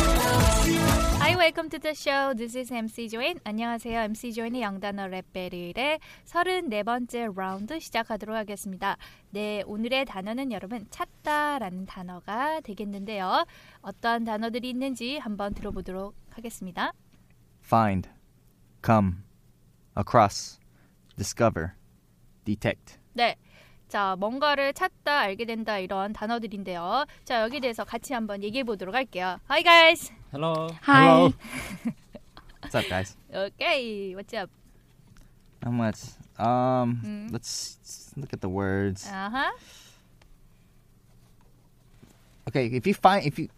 Hi, welcome to the show. This is MC Join. 안녕하세요. MC Join의 영단어 랩 배틀의 34번째 라운드 시작하도록 하겠습니다. 네, 오늘의 단어는 여러분 찾다라는 단어가 되겠는데요. 어떤 단어들이 있는지 한번 들어보도록 하겠습니다. find, come, across, discover, detect. 네. 자, 뭔가를 찾다, 알게 된다 이런 단어들인데요. 자, 여기 대해서 같이 한번 얘기해 보도록 할게요. Hi guys. Hello. Hi. What's up, guys? Okay. What's up? How much? Um, Mm. let's s- look at the words. 아하. Okay, if you find, if you,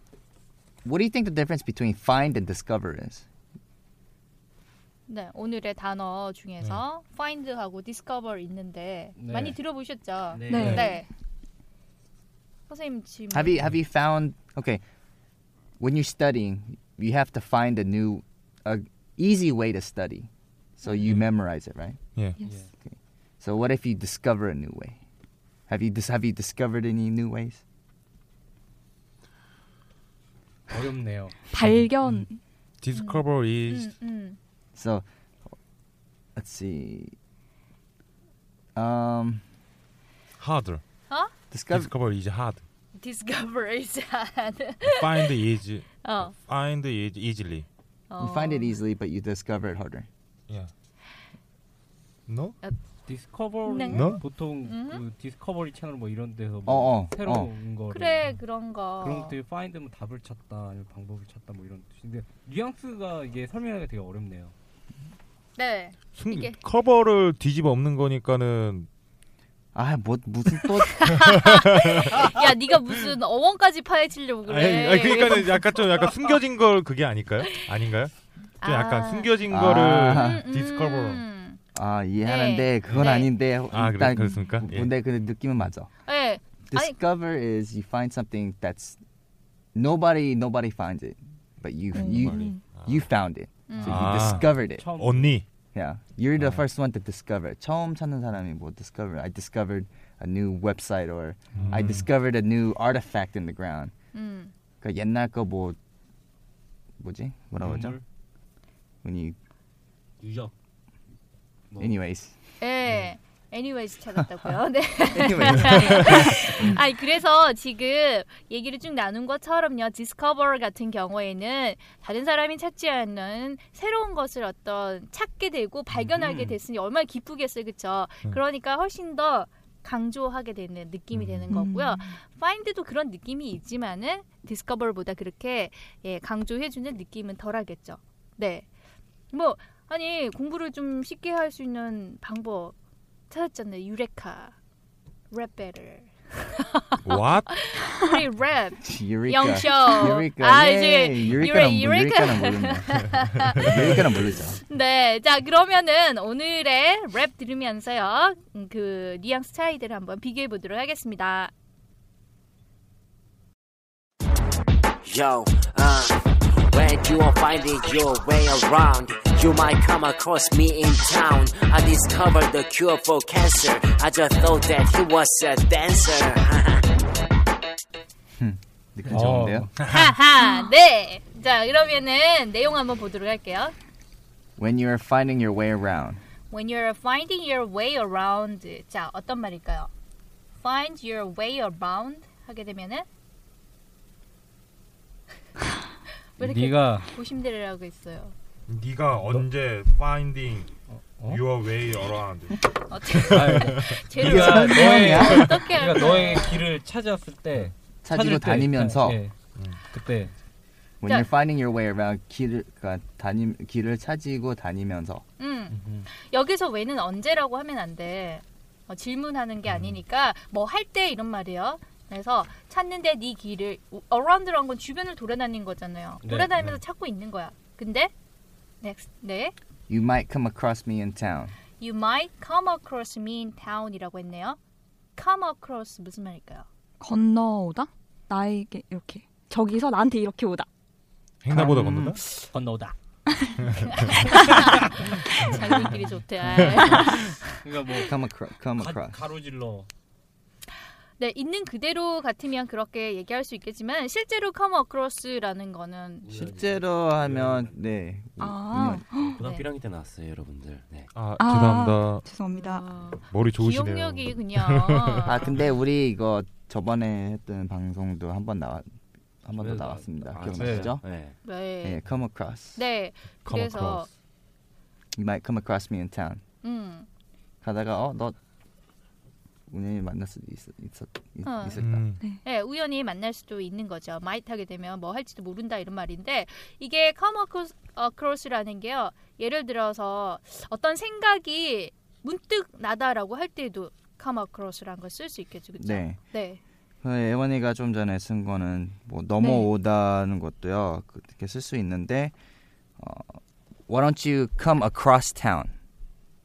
what do you think the difference between find and discover is? 네, 오늘의 단어 중에서 find하고 discover 있는데 네. 많이 들어보셨죠? 네. 네. 네. 선생님 지금 음, Have you have you found? Okay, when you're studying, you have to find a new, a easy way to study, so Mm-hmm. you memorize it, right? 예. Yeah. Yes. So what if you discover a new way? Have you dis- have you discovered any new ways? 어렵네요. 발견. Discover is 음, 음. So let's see. Um, hard. 어? 그러니까 discover. Discover is hard. discover is hard. Find is 어. find is easily. 어. You find it easily, but you discover it harder. Yeah. No? 디스커버리 네. 너? 보통 그 디스커버리 채널 뭐 이런 데서 어, 뭐 어, 새로운 거를 그래 그런 거. 그런 것들이 파인드면 뭐 답을 찾다 아니면 방법을 찾다 뭐 이런 뜻인데 뉘앙스가 이게 설명하기가 되게 어렵네요. 네. 숨, 이게- 커버를 뒤집어 엎는 거니까는 아, 뭐 무슨 또 야, 네가 무슨 어원까지 파헤치려고 그래. 아니, 아니, 그러니까는 약간 좀 약간 숨겨진 걸 그게 아닐까요? 아닌가요? 좀 약간 아. 숨겨진 아. 음, 거를 음. 디스커버. 아, 이해하는데 네. 그건 네. 아닌데 아, 그래, 일단 그렇습니까? 예. 근데 그 느낌은 맞아. 네. 아니- Discover is you find something that's nobody nobody finds it, but you 음. you 머리. 아. you found it. So you 아. discovered it. 처음 언니. Yeah, you're the 아. first one to discover. 처음 찾는 사람이 뭐 discover. I discovered a new website or I 음. discovered a new artifact in the ground. 음. 그 옛날 거 뭐 뭐지? 음. 뭐라고 하죠? 유물, When you 유적 뭐 anyways. 네. anyways 찾았다고요. 네. anyways. 아니 그래서 지금 얘기를 쭉 나눈 것처럼요 디스커버 같은 경우에는 다른 사람이 찾지 않는 새로운 것을 어떤 찾게 되고 발견하게 음. 됐으니 얼마나 기쁘겠어요 그쵸 음. 그러니까 훨씬 더 강조하게 되는 느낌이 음. 되는 거고요 파인드도 그런 느낌이 있지만은 디스커버보다 그렇게 예, 강조해주는 느낌은 덜하겠죠 네뭐 아니 공부를 좀 쉽게 할 수 있는 방법 찾았잖아요 유레카 랩 배를 What? 우리 랩 유레카. 영쇼. 유레카. 아, 예, 이제 유레카는 뭐, 유레- 유레카는 모르네. 유레카는 모르죠. 네, 자 그러면은 오늘의 랩 들으면서요 음, 그 뉘앙스 차이들을 한번 비교해 보도록 하겠습니다. Yo, uh, when you are finding your way around, you might come across me in town. I discovered the cure for cancer. I just thought that he was a dancer. 느낌 좋은데요? 하하, 네. 자 그러면은 내용 한번 보도록 할게요. When you are finding your way around. When you're finding your way around, 자 어떤 말일까요? Find your way around 하게 되면은 왜 이렇게 네가 고심대를 하고 있어요? 네가 언제 finding 어? 어? your way around 어떻게 아유, 죄를 네가 너의 어떻게 네가 할 너의 길을 찾았을 때 찾으러 찾을 때, 네. 다니면서 네, 음. 예. 그때 when you're finding your way around 길을 그러니까 다니 길을 찾고 다니면서 음 여기서 왜는 언제라고 하면 안 돼. 어, 질문하는 음. 게 아니니까 뭐 할 때 이런 말이에요. 그래서 찾는데 네 길을 around라는 건 주변을 돌아다닌 거잖아요. 네, 돌아다니면서 네. 찾고 있는 거야. 근데 next 네 you might come across me in town. you might come across me in town이라고 했네요. come across 무슨 말일까요? 건너오다? 나에게 이렇게 저기서 나한테 이렇게 오다. 횡단보다 음. 건너다? 건너오다. 장군끼리 좋대. 아. 그러니까 뭐 come across come 가, across. 가로질러 네, 있는 그대로 같으면 그렇게 얘기할 수 있겠지만 실제로 come across라는 거는 실제로 하면 네. 아, 고등학교 네. 1학년 때 나왔어요, 여러분들. 네. 아, 아. 죄송합니다. 죄송합니다. 어, 머리 좋으시네요. 기억력이 그냥 아 근데 우리 이거 저번에 했던 방송도 한 번 나왔 한 번 더 네, 나- 나왔습니다. 아, 기억나시죠? 진짜요? 네. 네. 네, come across. 네. Come 그래서 across. You might come across me in town. 음. 가다가 어 너 오늘 만날 수도 있, 있었 있, 어. 있을까? 음. 네, 우연히 만날 수도 있는 거죠. might 하게 되면 뭐 할지도 모른다 이런 말인데 이게 come across, across라는 게요. 예를 들어서 어떤 생각이 문득 나다라고 할 때도 come across라는 걸 쓸 수 있겠죠. 그렇죠? 네. 네. 그 예원이가 좀 전에 쓴 거는 뭐 넘어오다는 것도요 그렇게 쓸 수 있는데 어, Why don't you come across town?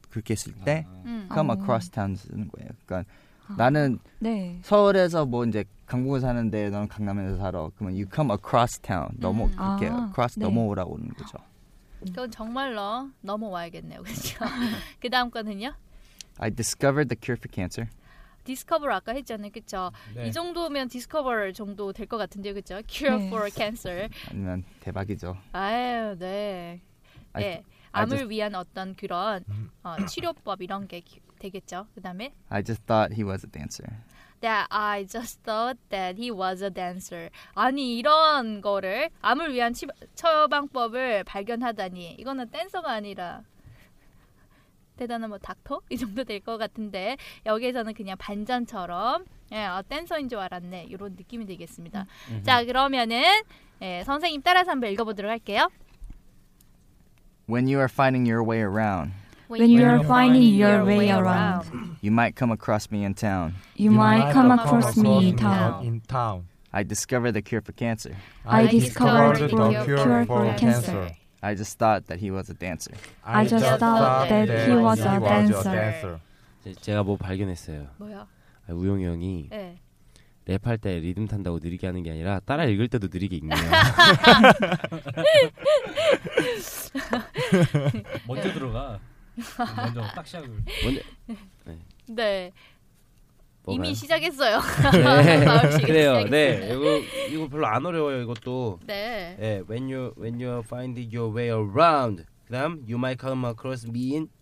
그렇게 쓸 때 음. come 아. across town 쓰는 거예요. 그러니까 아. 나는 네. 서울에서 뭐 이제 강북에 사는데 넌 강남에서 살아. 그러면 you come across town 넘어 음. 그렇게 아, across 네. 넘어오라고 오는 거죠. 그건 정말로 넘어와야겠네요. 그렇죠? 그다음 거는요. I discovered the cure for cancer. 디스커버 아까 했잖아요. 그렇죠? 네. 이 정도면 디스커버 정도 될 것 같은데 그렇죠? Cure 네. for cancer. 아니면 대박이죠. 아유, 네. I- 예. I 암을 just- 위한 어떤 그런 어, 치료법 이런 게 기- 되겠죠. 그다음에 I just thought he was a dancer. that I just thought that he was a dancer. 아니 이런 거를 암을 위한 치, 처방법을 발견하다니 이거는 댄서가 아니라 대단한 뭐 닥터 이 정도 될 것 같은데 여기에서는 그냥 반전처럼 예, 아, 댄서인 줄 알았네 이런 느낌이 되겠습니다. 자 그러면은 예, 선생님 따라서 한번 읽어보도록 할게요. When you are finding your way around, When you are finding your way around, you might come across me in town. you might come across me in town. In town. I discovered the cure for cancer. I discovered discovered the cure for cancer. I just thought that he was a dancer. I just thought that he was a dancer. 제- 제가 뭐 발견했어요. 뭐야? 아, 우용이 형이 예. 랩할 때 리듬 탄다고 느리게 하는 게 아니라 따라 읽을 때도 느리게 읽네요. 먼저 들어가. 먼저 딱 시작을. 먼저- 네. 뭐가요? 이미 시작했어요. 네. 마을 시작 그래요. 네. 시작했어요. 이거 이거 별로 안 어려워요. 이것도. 네. 예, when you when you find your way around. 그다음 you might come across me in Oh.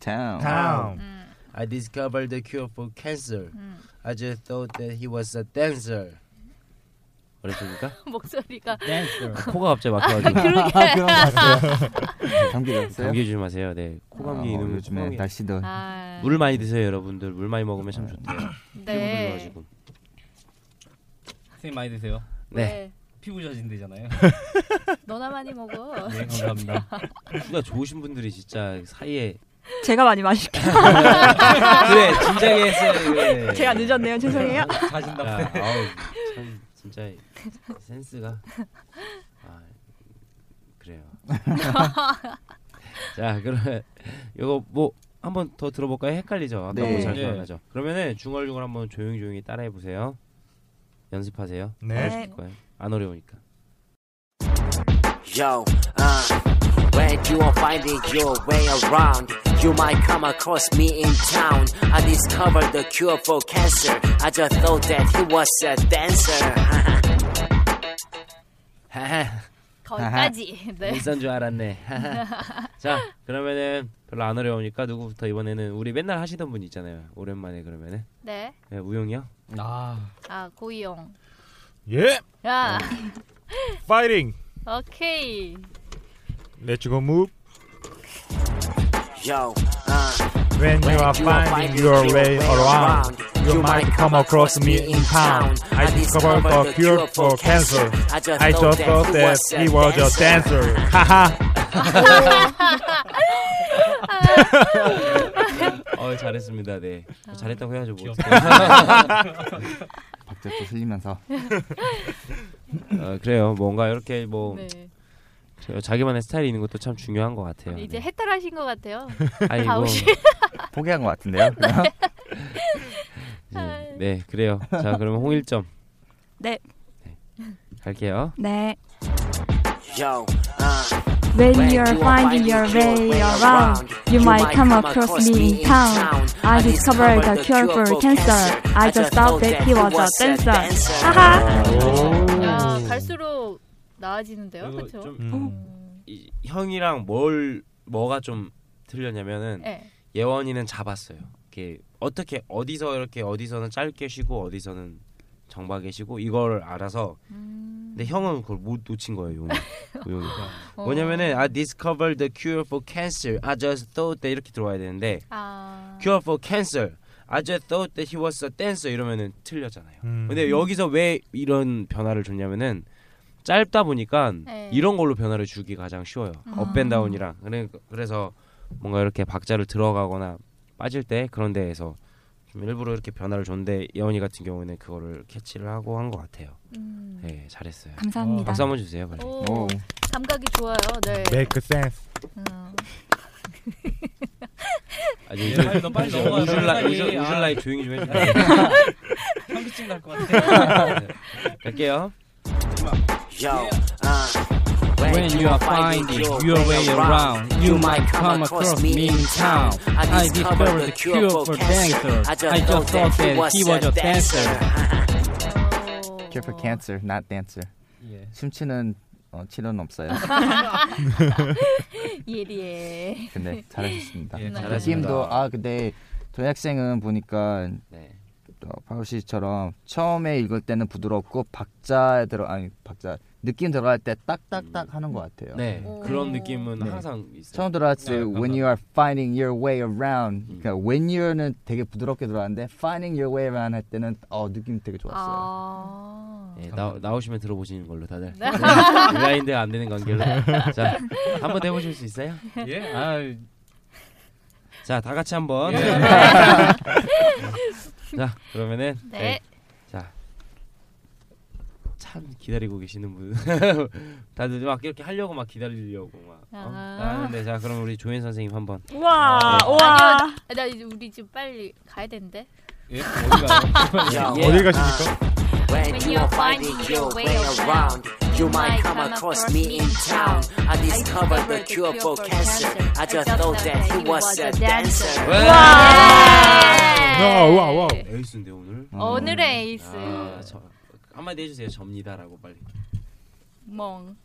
Town. town 음, I discovered the cure for cancer. 음. I just thought that he was a dancer. 어렵습니까? 목소리가 코가 갑자기 막혀가지고 그러게. 감기 났어요? 감기 조심하세요. 네, 코 감기 아, 이놈 요즘에 요즘에 날씨도 아, 물 많이 드세요, 여러분들. 물 많이 먹으면 참 좋대요. 네. 피부 불러가지고. 선생님 많이 드세요. 네. 피부 저진되잖아요. 너나 많이 먹어. 네 감사합니다. 피부가 좋으신 분들이 진짜 사이에 제가 많이 마실게요. 그래 진작에 했어요. 그래. 제가 늦었네요. 죄송해요. 아, 자신답. 아우, 참 진짜 센스가 아, 그래요. 자, 그러면 이거 뭐 한번 더 들어볼까요? 헷갈리죠. 아까 네. 뭐잘 네. 기억나죠. 그러면은 중얼중얼 한번 조용히 조용히 따라해 보세요. 연습하세요. 네 하실 거예요. 안 어려우니까. Yo, uh, when you are finding your way around, you might come across me in town. I discovered the cure for cancer. I just thought that he was a dancer. 거기까지. 네. 인싼 줄 알았네. 자, 그러면은 별로 안 어려우니까 누구부터 이번에는 우리 맨날 하시던 분 있잖아요. 오랜만에 그러면은 네. 네, 우영이요. 아 아 고이용. 예 야. 네. fighting 오케이. Let's go move. Yo, uh, When you are finding your way around, you might come across me in town. I discovered the cure for cancer. I just thought that he was a dancer. 하하. 어 잘했습니다. 네. 아. 어, 잘했다고 해야죠 뭐. 박자도 흘리면서. 어, 그래요. 뭔가 이렇게 뭐 네. 그래요. 자기만의 스타일이 있는 것도 참 중요한 것 같아요. 네. 이제 해탈하신 것 같아요. 아니, 다 뭐. 오시. 포기한 것 같은데요. 그냥? 네, 네, 그래요. 자, 그러면 홍일점 네. 갈게요. 네. yo, uh, When you're finding your way around, you might come across me in town. I discovered the cure for cancer. I just thought that he was a dancer. 하하. 야, 갈수록 나아지는데요. 그렇죠? Oh. 이, 형이랑 뭘 뭐가 좀 틀렸냐면은 네. 예원이는 잡았어요. 이렇게 어떻게 어디서 이렇게 어디서는 짧게 쉬고 어디서는 정박에 쉬고 이걸 알아서 음. 근데 형은 그걸 못 놓친 거예요. 용이. 용이. 어. 뭐냐면은 I discovered the cure for cancer. I just thought that 이렇게 들어와야 되는데 아. cure for cancer. I just thought that he was a dancer 이러면은 틀렸잖아요. 음. Mm. 근데 여기서 왜 이런 변화를 줬냐면은 짧다 보니까 네. 이런 걸로 변화를 주기 가장 쉬워요. 아. 업앤다운이랑 그래- 그래서 뭔가 이렇게 박자를 들어가거나 빠질 때 그런 데에서 좀 일부러 이렇게 변화를 줬는데 예원이 같은 경우에는 그거를 캐치를 하고 한 것 같아요. 음. 네, 잘했어요. 감사합니다. 박수 한번 주세요, 빨리. 오, 감각이 좋아요. 네. Make sense. 음. 아주 예, 우줄- 빨리 너 빨리 우줄- 넘어가요, 우줄라- 빨리. 우줄- 아. 우줄라이 조용히 좀 해주세요. 현기증 날것 같아. 네. 갈게요. yo, uh, When you are finding your way around, you might come across me in town. I discovered the cure for cancer. I just thought that he was a dancer. 어. Cure for cancer, not dancer. 예. 숨치는 어, 치료는 없어요. 예리해. 근데 잘하셨습니다. 예, 그 잘하셨습니다. 팀도 아 근데 저희 학생은 보니까 네. 어, 바울 씨처럼 처음에 읽을 때는 부드럽고 박자 들어 아니 박자 느낌 들어갈 때 음. 딱딱딱 하는 것 같아요. 네, 그런 느낌은 항상 있어요. 처음 들어왔을 네, 때 when you are finding your way around 음. 그러니까 when you는 되게 부드럽게 들어왔는데 finding your way around 할 때는 어 느낌 되게 아. 좋았어요. 예, 나, 나오시면 들어보시는 걸로 다들 네. 블라인드가 안 되는 관계로 자 한번 해보실 수 있어요? 아, 예. 자다 같이 한번 예. 자 그러면은 네. 자 참 기다리고 계시는 분 다들 막 이렇게 하려고 막 기다리려고 막 어? 아. 하는데 자 그럼 우리 조인 선생님 한번 우와, 네. 우와. 아니요, 나 이제 우리 집 빨리 가야 되는데. 예? 어디 가요? Yeah. 어디 When you're finding your way around, you might come across me in town. I discovered the cure for cancer. I just thought that he was a dancer. 아. 와와와 에이스인데 오늘 네. 음. 오늘의 에이스. 아, 저, 한마디 해주세요 접니다라고 빨리 멍.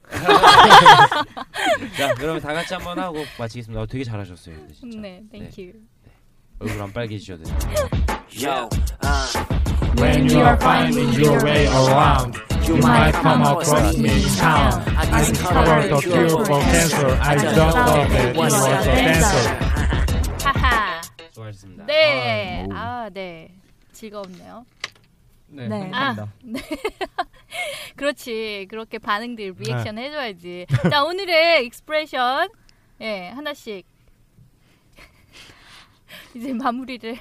자 그러면 다 같이 한번 하고 마치겠습니다 어, 되게 잘하셨어요 근데 진짜. 네, thank you. 얼굴 안 빨개지셔도 돼요 Yo, uh, When you are finding your way around, you might come across me in town. 아. I Oh. discovered the cure for cancer. I just thought that he was a dancer. 하하. 수고하셨습니다. 네. 아유. 아, 네. 즐거웠네요. 네, 네. 아. 감사합니다. 네. 그렇지. 그렇게 반응들 네. 리액션 해줘야지. 자, 오늘의 익스프레션 예 하나씩 이제 마무리를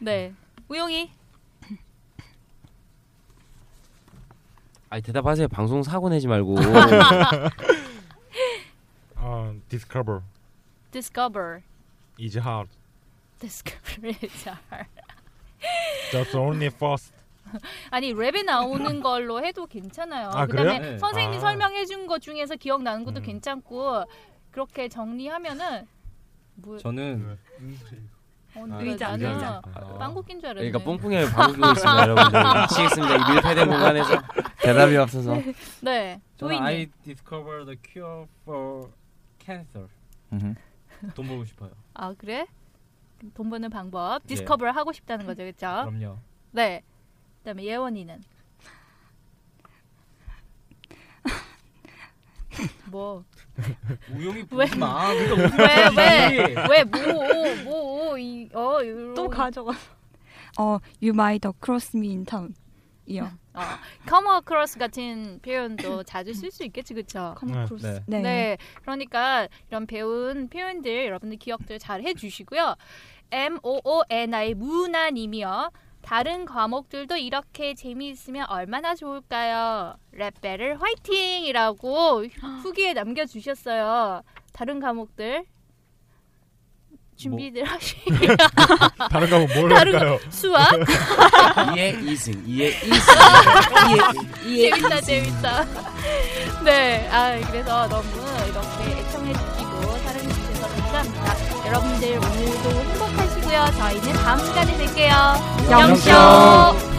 네 우영이 아니 대답하세요 방송 사고 내지 말고 어, discover discover is hard. discover 잘 Just only first. 아니 랩에 나오는 걸로 해도 괜찮아요. 아, 그다음에 그래요? 네. 선생님이 아. 음. 설명해 준 것 중에서 기억나는 것도 괜찮고 그렇게 정리하면은 뭐 저는 어, 아, 네, 의자, 나는 의자. 빵구 낀줄 알았네. 그러니까 뽕뽕이를 방송하고 있습니다 여러분들 미치겠습니다 이 밀폐된 공간에서 대답이 없어서. 네. 저는 조이님. I discovered the cure for cancer. Mm-hmm. 돈 벌고 싶어요. 아 그래? 돈 버는 방법 예. 디스커버를 하고 싶다는 거죠, 그렇죠? 그럼요. 네. 그다음에 예원이는 뭐? 우영이 왜? 뭐, 보지 마. 그러니까 웃으면 안 되지. 왜왜왜뭐뭐이어또 가져가. 어, you might cross me in town. 이요. 어, come across 같은 표현도 자주 쓸 수 있겠지, 그렇죠? Come across. 네. 네. 네. 그러니까 이런 배운 표현들 여러분들 기억들 잘 해주시고요. M O O N I 무난이며 다른 과목들도 이렇게 재미있으면 얼마나 좋을까요? 랩벨을 화이팅이라고 후기에 남겨주셨어요. 다른 과목들 준비들 하시고요. 다른 과목 뭘 다른 할까요? 과- 수학? 이해 이승 이해 재밌다 재밌다. 네, 아 그래서 너무 이렇게 애청해 주시고 사랑해 주셔서 감사합니다. 여러분들 오늘도 행복하시고요. 저희는 다음 시간에 뵐게요. 영쇼. 영쇼.